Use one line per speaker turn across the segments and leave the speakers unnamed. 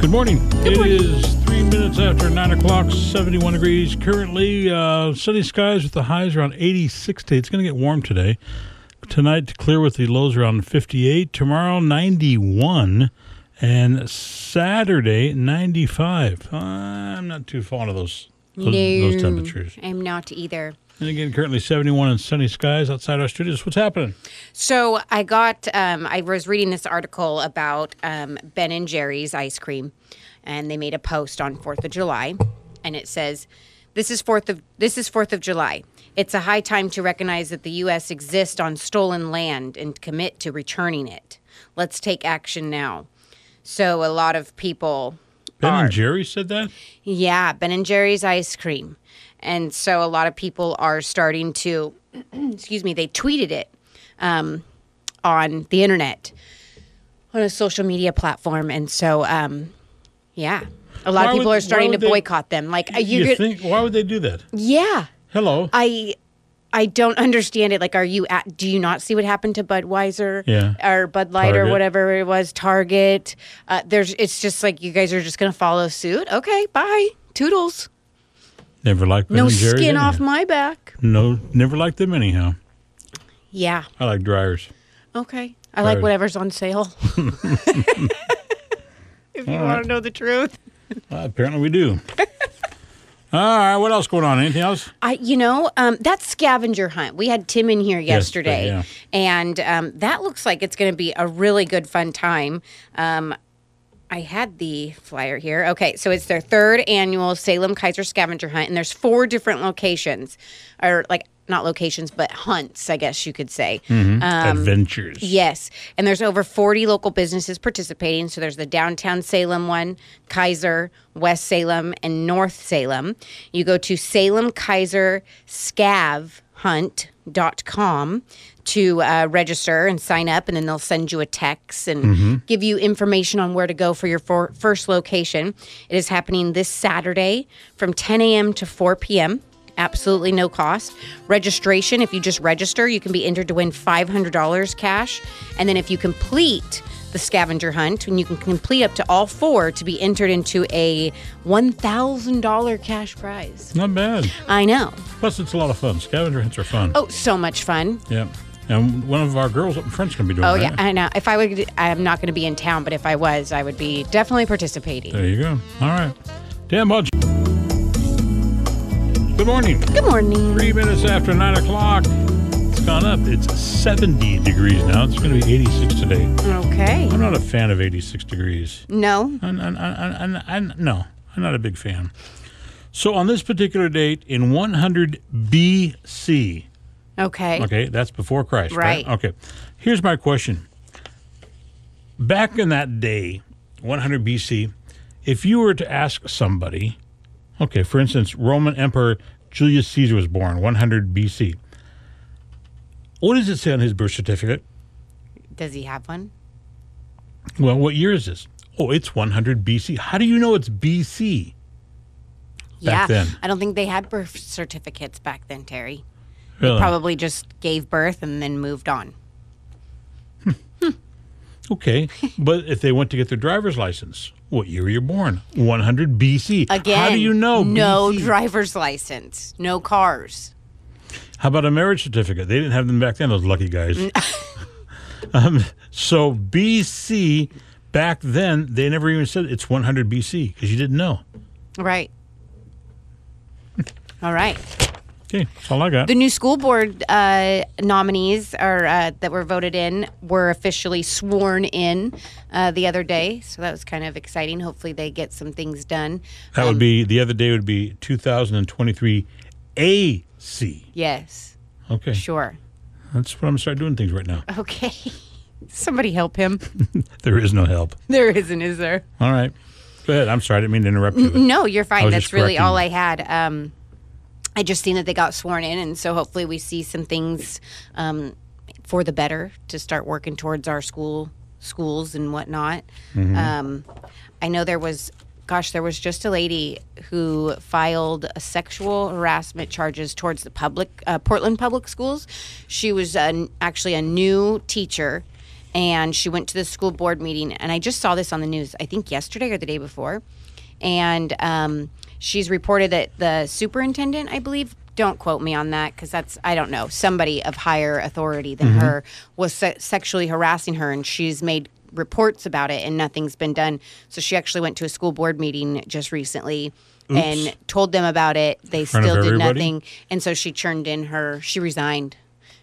Good morning. It is three minutes after nine o'clock, 71 degrees currently. Uh, sunny skies with the highs around 86 today. It's going to get warm today. Tonight, clear with the lows around 58. Tomorrow, 91. And Saturday, 95. Uh, I'm not too fond of those, those, those temperatures.
I'm not either.
And again, currently 71 and sunny skies outside our studios. What's happening?
So I got, um, I was reading this article about um, Ben and Jerry's ice cream, and they made a post on Fourth of July, and it says, "This is Fourth of this is Fourth of July. It's a high time to recognize that the U.S. exists on stolen land and commit to returning it. Let's take action now." So a lot of people
Ben
are.
and Jerry said that?
Yeah, Ben and Jerry's ice cream. And so a lot of people are starting to, excuse me, they tweeted it um, on the internet, on a social media platform. And so, um, yeah, a lot
Why
of people
would-
are starting
why
to
would they-
boycott them. Like, are you, Mm. Uh,
you think? Why would they do that?
yeah,
Hello.
I. I don't understand it. Like, are you at? Do you not see what happened to Budweiser
Yeah.
or Bud Light or
Target.
whatever it was? Target. Uh, there's. It's just like you guys are just gonna follow suit. Okay, bye. Toodles.
Never liked Ben
No
and Jerry's.
skin
anyhow.
off my back.
No, never liked them anyhow.
Yeah.
I like dryers.
Okay. I
Sorry.
like whatever's on sale. if you want to know the truth.
Uh, apparently, we do. All right, what else going on? Anything else?
I you know, um that scavenger hunt. We had Tim in here
Yesterday,
yesterday. And um that looks like it's going to be a really good fun time. Um I had the flyer here. Okay, so it's their third annual Salem Kaiser Scavenger Hunt, and there's four different locations, or like not locations, but hunts, I guess you could say. Um,
Adventures.
Yes, and there's over 40 local businesses participating. So there's the downtown Salem one, Kaiser, West Salem, and North Salem. You go to salemkaiserscavhunt.com to uh, register and sign up, and then they'll send you a text and give you information on where to go for your for- first location. It is happening this Saturday from 10 a.m. to 4 p.m absolutely no cost. Registration, if you just register, you can be entered to win $500 cash. And then if you complete the scavenger hunt, and you can complete up to all four to be entered into a $1,000 cash prize.
Not bad.
I know.
Plus, it's a lot of fun. Scavenger hunts are fun.
Oh, so much fun.
Yeah. And one of our girls up in front's going to be doing
Oh,
that.
yeah, I know. If I would, I'm not going to be in town, but if I was, I would be definitely participating.
There you go. All right. Dan Budge. Good morning.
Good morning.
Three minutes after 9 o'clock. It's gone up. It's 70 degrees now. It's going to be 86 today.
Okay.
I'm not a fan of 86 degrees.
No.
I, I, I, I, I, no, I'm not a big fan. So on this particular date in 100 BC,
Okay.
okay, that's before Christ, right?
Right.
Okay, here's my question. Back in that day, 100 BC, if you were to ask somebody, okay, for instance, Roman Emperor Julius Caesar was born 100 BC. What does it say on his birth certificate?
Does he have one?
Well, what year is this? Oh, it's 100 BC. How do you know it's BC?
yeah.
Back then.
I don't think they had birth certificates back then, Terry.
Really?
probably just gave birth and then moved on.
Okay, but if they went to get their driver's license, what year were you born? 100 BC.
Again,
how do you know?
No
BC?
driver's license, no cars.
How about a marriage certificate? They didn't have them back then. Those lucky guys. um, so BC back then, they never even said it's 100 BC because you didn't know.
Right. All right.
Okay, that's all I got.
The new school board uh, nominees are uh, that were voted in were officially sworn in uh, the other day, so that was kind of exciting. Hopefully, they get some things done.
that would be the other day. Would be 2023 AC.
Yes,
Okay,
sure.
that's what I'm gonna start doing things right now.
Okay, somebody help him.
There is no help.
There isn't, is there?
All right, go ahead. I'm sorry, I didn't mean to interrupt you. but-
No, you're
I
fine.
was
That's
just
really
correcting
all
you.
I had. Um, I just seen that they got sworn in, and so hopefully we see some things um, for the better to start working towards our school schools and whatnot.
Mm-hmm.
Um, I know there was, gosh, there was just a lady who filed a sexual harassment charges towards the public uh, Portland public schools. She was an, actually a new teacher and she went to the school board meeting. And I just saw this on the news, I think yesterday or the day before. And um, she's reported that the superintendent, I believe, don't quote me on that because that's, I don't know, somebody of higher authority
Mm-hmm.
than her was se- sexually harassing her. And she's made reports about it and nothing's been done. So she actually went to a school board meeting just recently. And told them about it. They
front of
still did
everybody?
nothing. And so she turned in her, she resigned.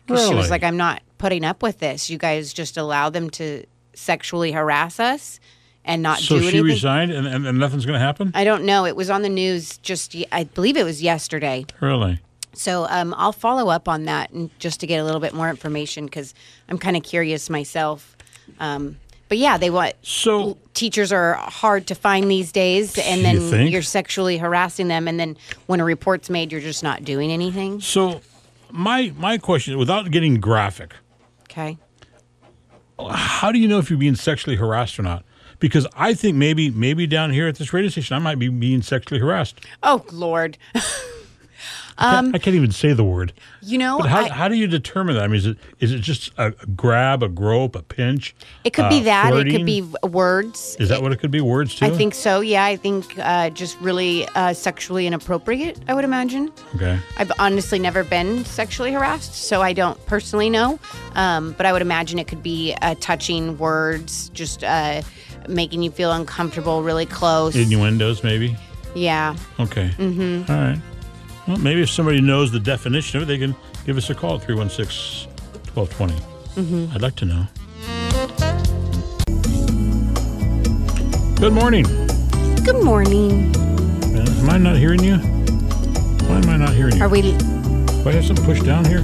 Because she
Really?
was like, I'm not putting up with this. You guys just allow them to sexually harass us and not
So
do
she
anything.
resigned and, and, and nothing's going to happen?
I don't know. It was on the news just, ye- I believe it was yesterday.
Really?
So um, I'll follow up on that and just to get a little bit more information because I'm kind of curious myself. Um, but yeah, they want
So
teachers are hard to find these days, and
You
then
think?
you're sexually harassing them, and then when a report's made, you're just not doing anything.
so my my question without getting graphic,
Okay.
how do you know if you're being sexually harassed or not? Because I think maybe maybe down here at this radio station I might be being sexually harassed.
Oh Lord,
I can't even say the word.
you know
But how,
Um, I-
how do you determine that? I mean, is it is it just a grab, a grope, a pinch?
It could
uh,
be that. It
flirting?
could be words.
Is that what it could be? Words too.
I think so. Yeah, I think uh, just really uh, sexually inappropriate. I would imagine.
Okay.
I've honestly never been sexually harassed, so I don't personally know. Um, but I would imagine it could be uh, touching words, just uh, making you feel uncomfortable, really close.
Innuendos, maybe.
yeah.
Okay. Mm-hmm. right. Well, maybe if somebody knows the definition of it, they can give us a call at 316 1220. I'd like to know. Good morning.
Good morning.
Uh, Am I not hearing you? Why am I not hearing you?
Are we?
Do I have something pushed down here?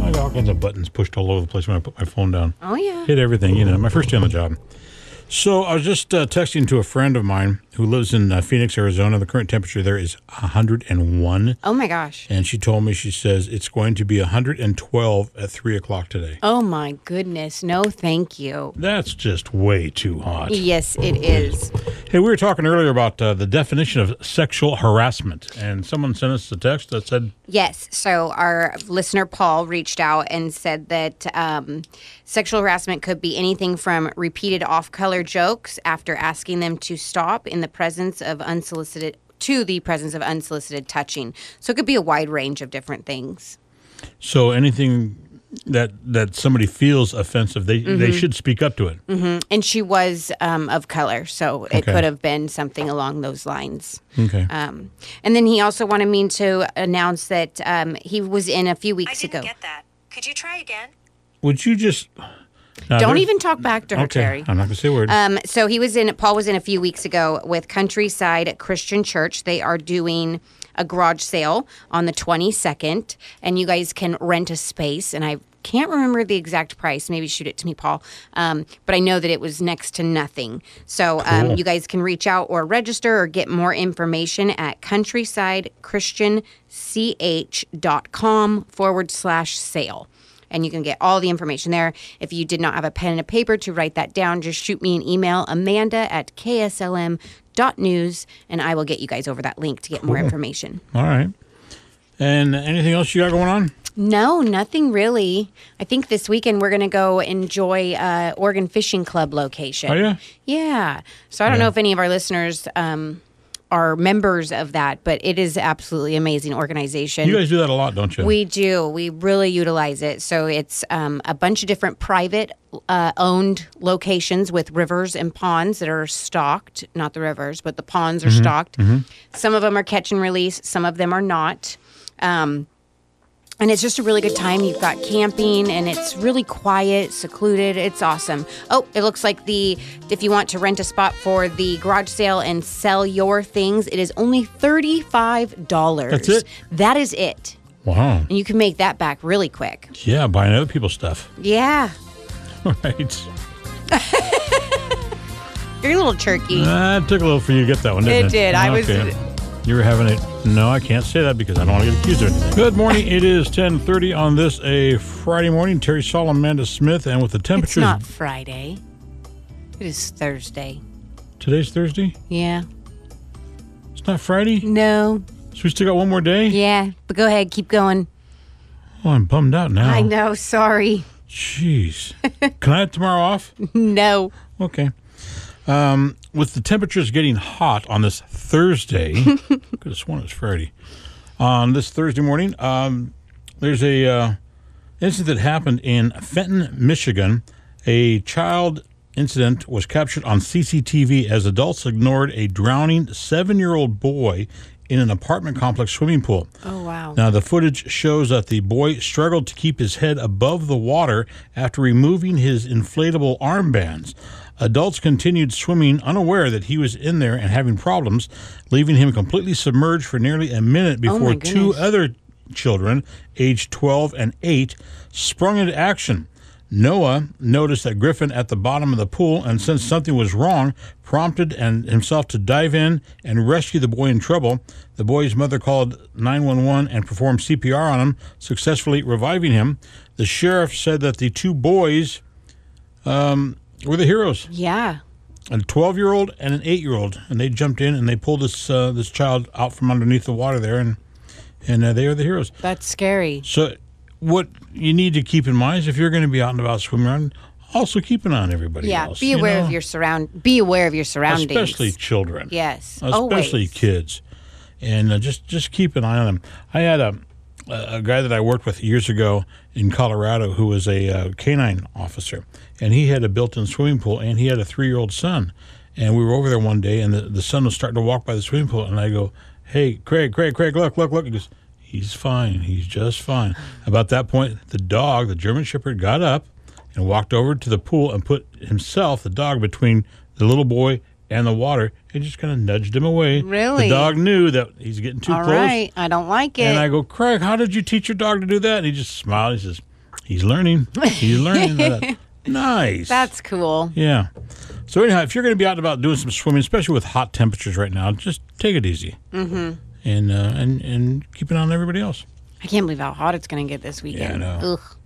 I got all kinds of buttons pushed all over the place when I put my phone down.
Oh yeah.
hit everything. You know, my first day on the job. So I was just uh, texting to a friend of mine who lives in uh, Phoenix, Arizona. The current temperature there is 101,
Oh my gosh.
and she told me she says it's going to be 112 at three o'clock today.
Oh my goodness. No, thank you.
That's just way too hot.
Yes, it is.
Hey, we were talking earlier about uh, the definition of sexual harassment, and someone sent us a text that said,
Yes. So our listener Paul reached out and said that um, sexual harassment could be anything from repeated off-color jokes after asking them to stop in the presence of unsolicited to the presence of unsolicited touching. So it could be a wide range of different things.
"So anything that that somebody feels offensive, they
Mm-hmm.
they should speak up to it."
And she was um, of color, so it
Okay.
could have been something along those lines.
Okay.
Um, and then he also wanted me to announce that um, he was in a few
I
weeks
didn't
ago.
get that. Could you try again?
Would you just Now,
Don't
there's-
even talk back to her,
Okay,
Terry.
I'm not gonna say a word.
Um, so he was in. Paul was in a few weeks ago with Countryside Christian Church. They are doing a garage sale on the 22nd, and you guys can rent a space. And I can't remember the exact price. Maybe shoot it to me, Paul. Um, but I know that it was next to nothing. So um,
Cool.
you guys can reach out or register or get more information at countrysidechristianch.com forward slash sale and you can get all the information there. If you did not have a pen and a paper to write that down, just shoot me an email, amanda at kslm.news, and I will get you guys over that link to get more information.
All right. And anything else you got going on?
No, nothing really. I think this weekend we're going to go enjoy uh, Oregon Fishing Club location.
Oh, yeah?
Yeah. So I don't know if any of our listeners um, are members of that, but it is absolutely amazing organization.
You guys do that a lot, don't you?
We do. We really utilize it. So it's um, a bunch of different private uh, owned locations with rivers and ponds that are stocked. Not the rivers, but the ponds are
Mm-hmm.
stocked. Some of them are catch and release, some of them are not. Um, and it's just a really good time. You've got camping and it's really quiet, secluded. It's awesome. Oh, it looks like the if you want to rent a spot for the garage sale and sell your things, it is only $35.
That's it?
That is it.
wow.
And you can make that back really quick.
Yeah, buying other people's stuff.
Yeah.
All right.
You're a little turkey.
Uh, it took a little for you to get that one, didn't it?
It did. I was-
You were having it. No, I can't say that because I don't want to get accused of anything. Good morning. It is 10:30 on this a Friday morning. Terry Saul, Amanda Smith, and with the
it's
temperatures
not Friday. It is Thursday.
today's Thursday.
Yeah.
It's not Friday,
No.
so we still got one more day.
Yeah. But go ahead. Keep going.
Oh, I'm bummed out now.
I know. Sorry.
Jeez. Can I have tomorrow off?
No.
Okay. Um, with the temperatures getting hot on this Thursday, could have sworn it was Friday. On this Thursday morning, um, there's a uh, incident that happened in Fenton, Michigan. A child incident was captured on CCTV as adults ignored a drowning seven-year-old boy in an apartment complex swimming pool.
Oh, wow.
Now, the footage shows that the boy struggled to keep his head above the water after removing his inflatable armbands. Adults continued swimming, unaware that he was in there and having problems, leaving him completely submerged for nearly a minute before
my
two
goodness.
other children, aged 12 and 8, sprung into action. Noah noticed that Griffin at the bottom of the pool and since something was wrong, prompted and himself to dive in and rescue the boy in trouble. The boy's mother called 911 and performed CPR on him, successfully reviving him. The sheriff said that the two boys um, were the heroes
Yeah.
a 12 year old and an 8 year old and they jumped in and they pulled this uh, this child out from underneath the water there and and uh, they are the heroes
That's scary.
so what you need to keep in mind is if you're going to be out and about swimming around also keep an eye on everybody
Yeah.
else,
Be
you
aware
know?
of your surround. Be aware of your surroundings.
especially children
Yes.
especially
always.
kids, and uh, just just keep an eye on them. I had a a a guy that I worked with years ago in Colorado who was a uh, canine officer, and he had a built-in swimming pool, and he had a three-year-old son, and we were over there one day, and the, the son was starting to walk by the swimming pool, and I go, "Hey, Craig, Craig, Craig, look, look, look!" He goes, "He's fine. He's just fine." About that point, the dog, the German Shepherd, got up and walked over to the pool and put himself, the dog, between the little boy and the water and just kind of nudged him away.
Really?
The dog knew that he's getting too
All
close.
right. I don't like it.
And I go, Craig, how did you teach your dog to do that? And he just smiled. He says, he's learning. He's learning. I thought, nice.
That's cool.
Yeah. So anyhow, if you're going to be out and about doing some swimming, especially with hot temperatures right now, just take it easy. Mm-hmm. And, uh, and, and keep an eye on everybody else.
I can't believe how hot it's going to get this weekend.
I know.
Ugh.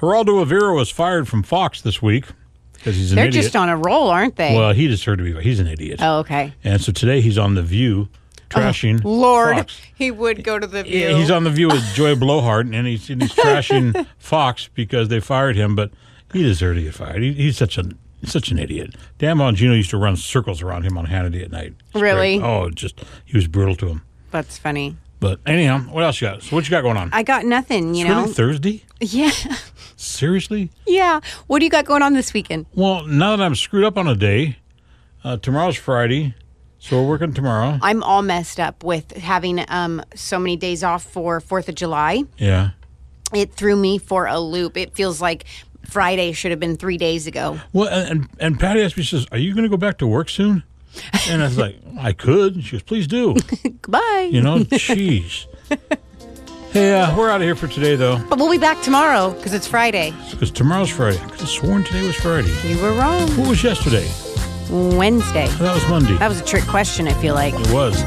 Geraldo Avira was fired from Fox this week because he's an
They're
idiot.
just on a roll, aren't they?
well, he deserved to be. He's an idiot.
oh, okay.
And so today he's on The View trashing.
Lord,
Fox.
he would go to the view.
Yeah, He's on The View with Joy Blowhart, and he's, and he's trashing Fox because they fired him, but he deserved to get fired. He, he's such an such an idiot. Dan Bongino used to run circles around him on Hannity at night. It's great.
Really?
Oh, just he was brutal to him.
That's funny.
But anyhow, what else you got? So what you got going on?
I got nothing, you
It's really
know.
Thursday?
yeah.
Seriously?
Yeah. What do you got going on this weekend?
Well, now that I'm screwed up on a day, uh, tomorrow's Friday, so we're working tomorrow.
I'm all messed up with having um, so many days off for 4th of July.
Yeah.
It threw me for a loop. It feels like Friday should have been three days ago.
Well, and, and, and Patty asked me, she says, Are you going to go back to work soon? And I was like, I could. She goes, Please do.
Goodbye.
You know, jeez. Hey, uh, we're out of here for today, though,
But we'll be back tomorrow because it's Friday.
because tomorrow's Friday. I could have sworn today was Friday.
You were wrong.
What was yesterday?
Wednesday.
That was Monday.
That was a trick question, I feel like.
It was.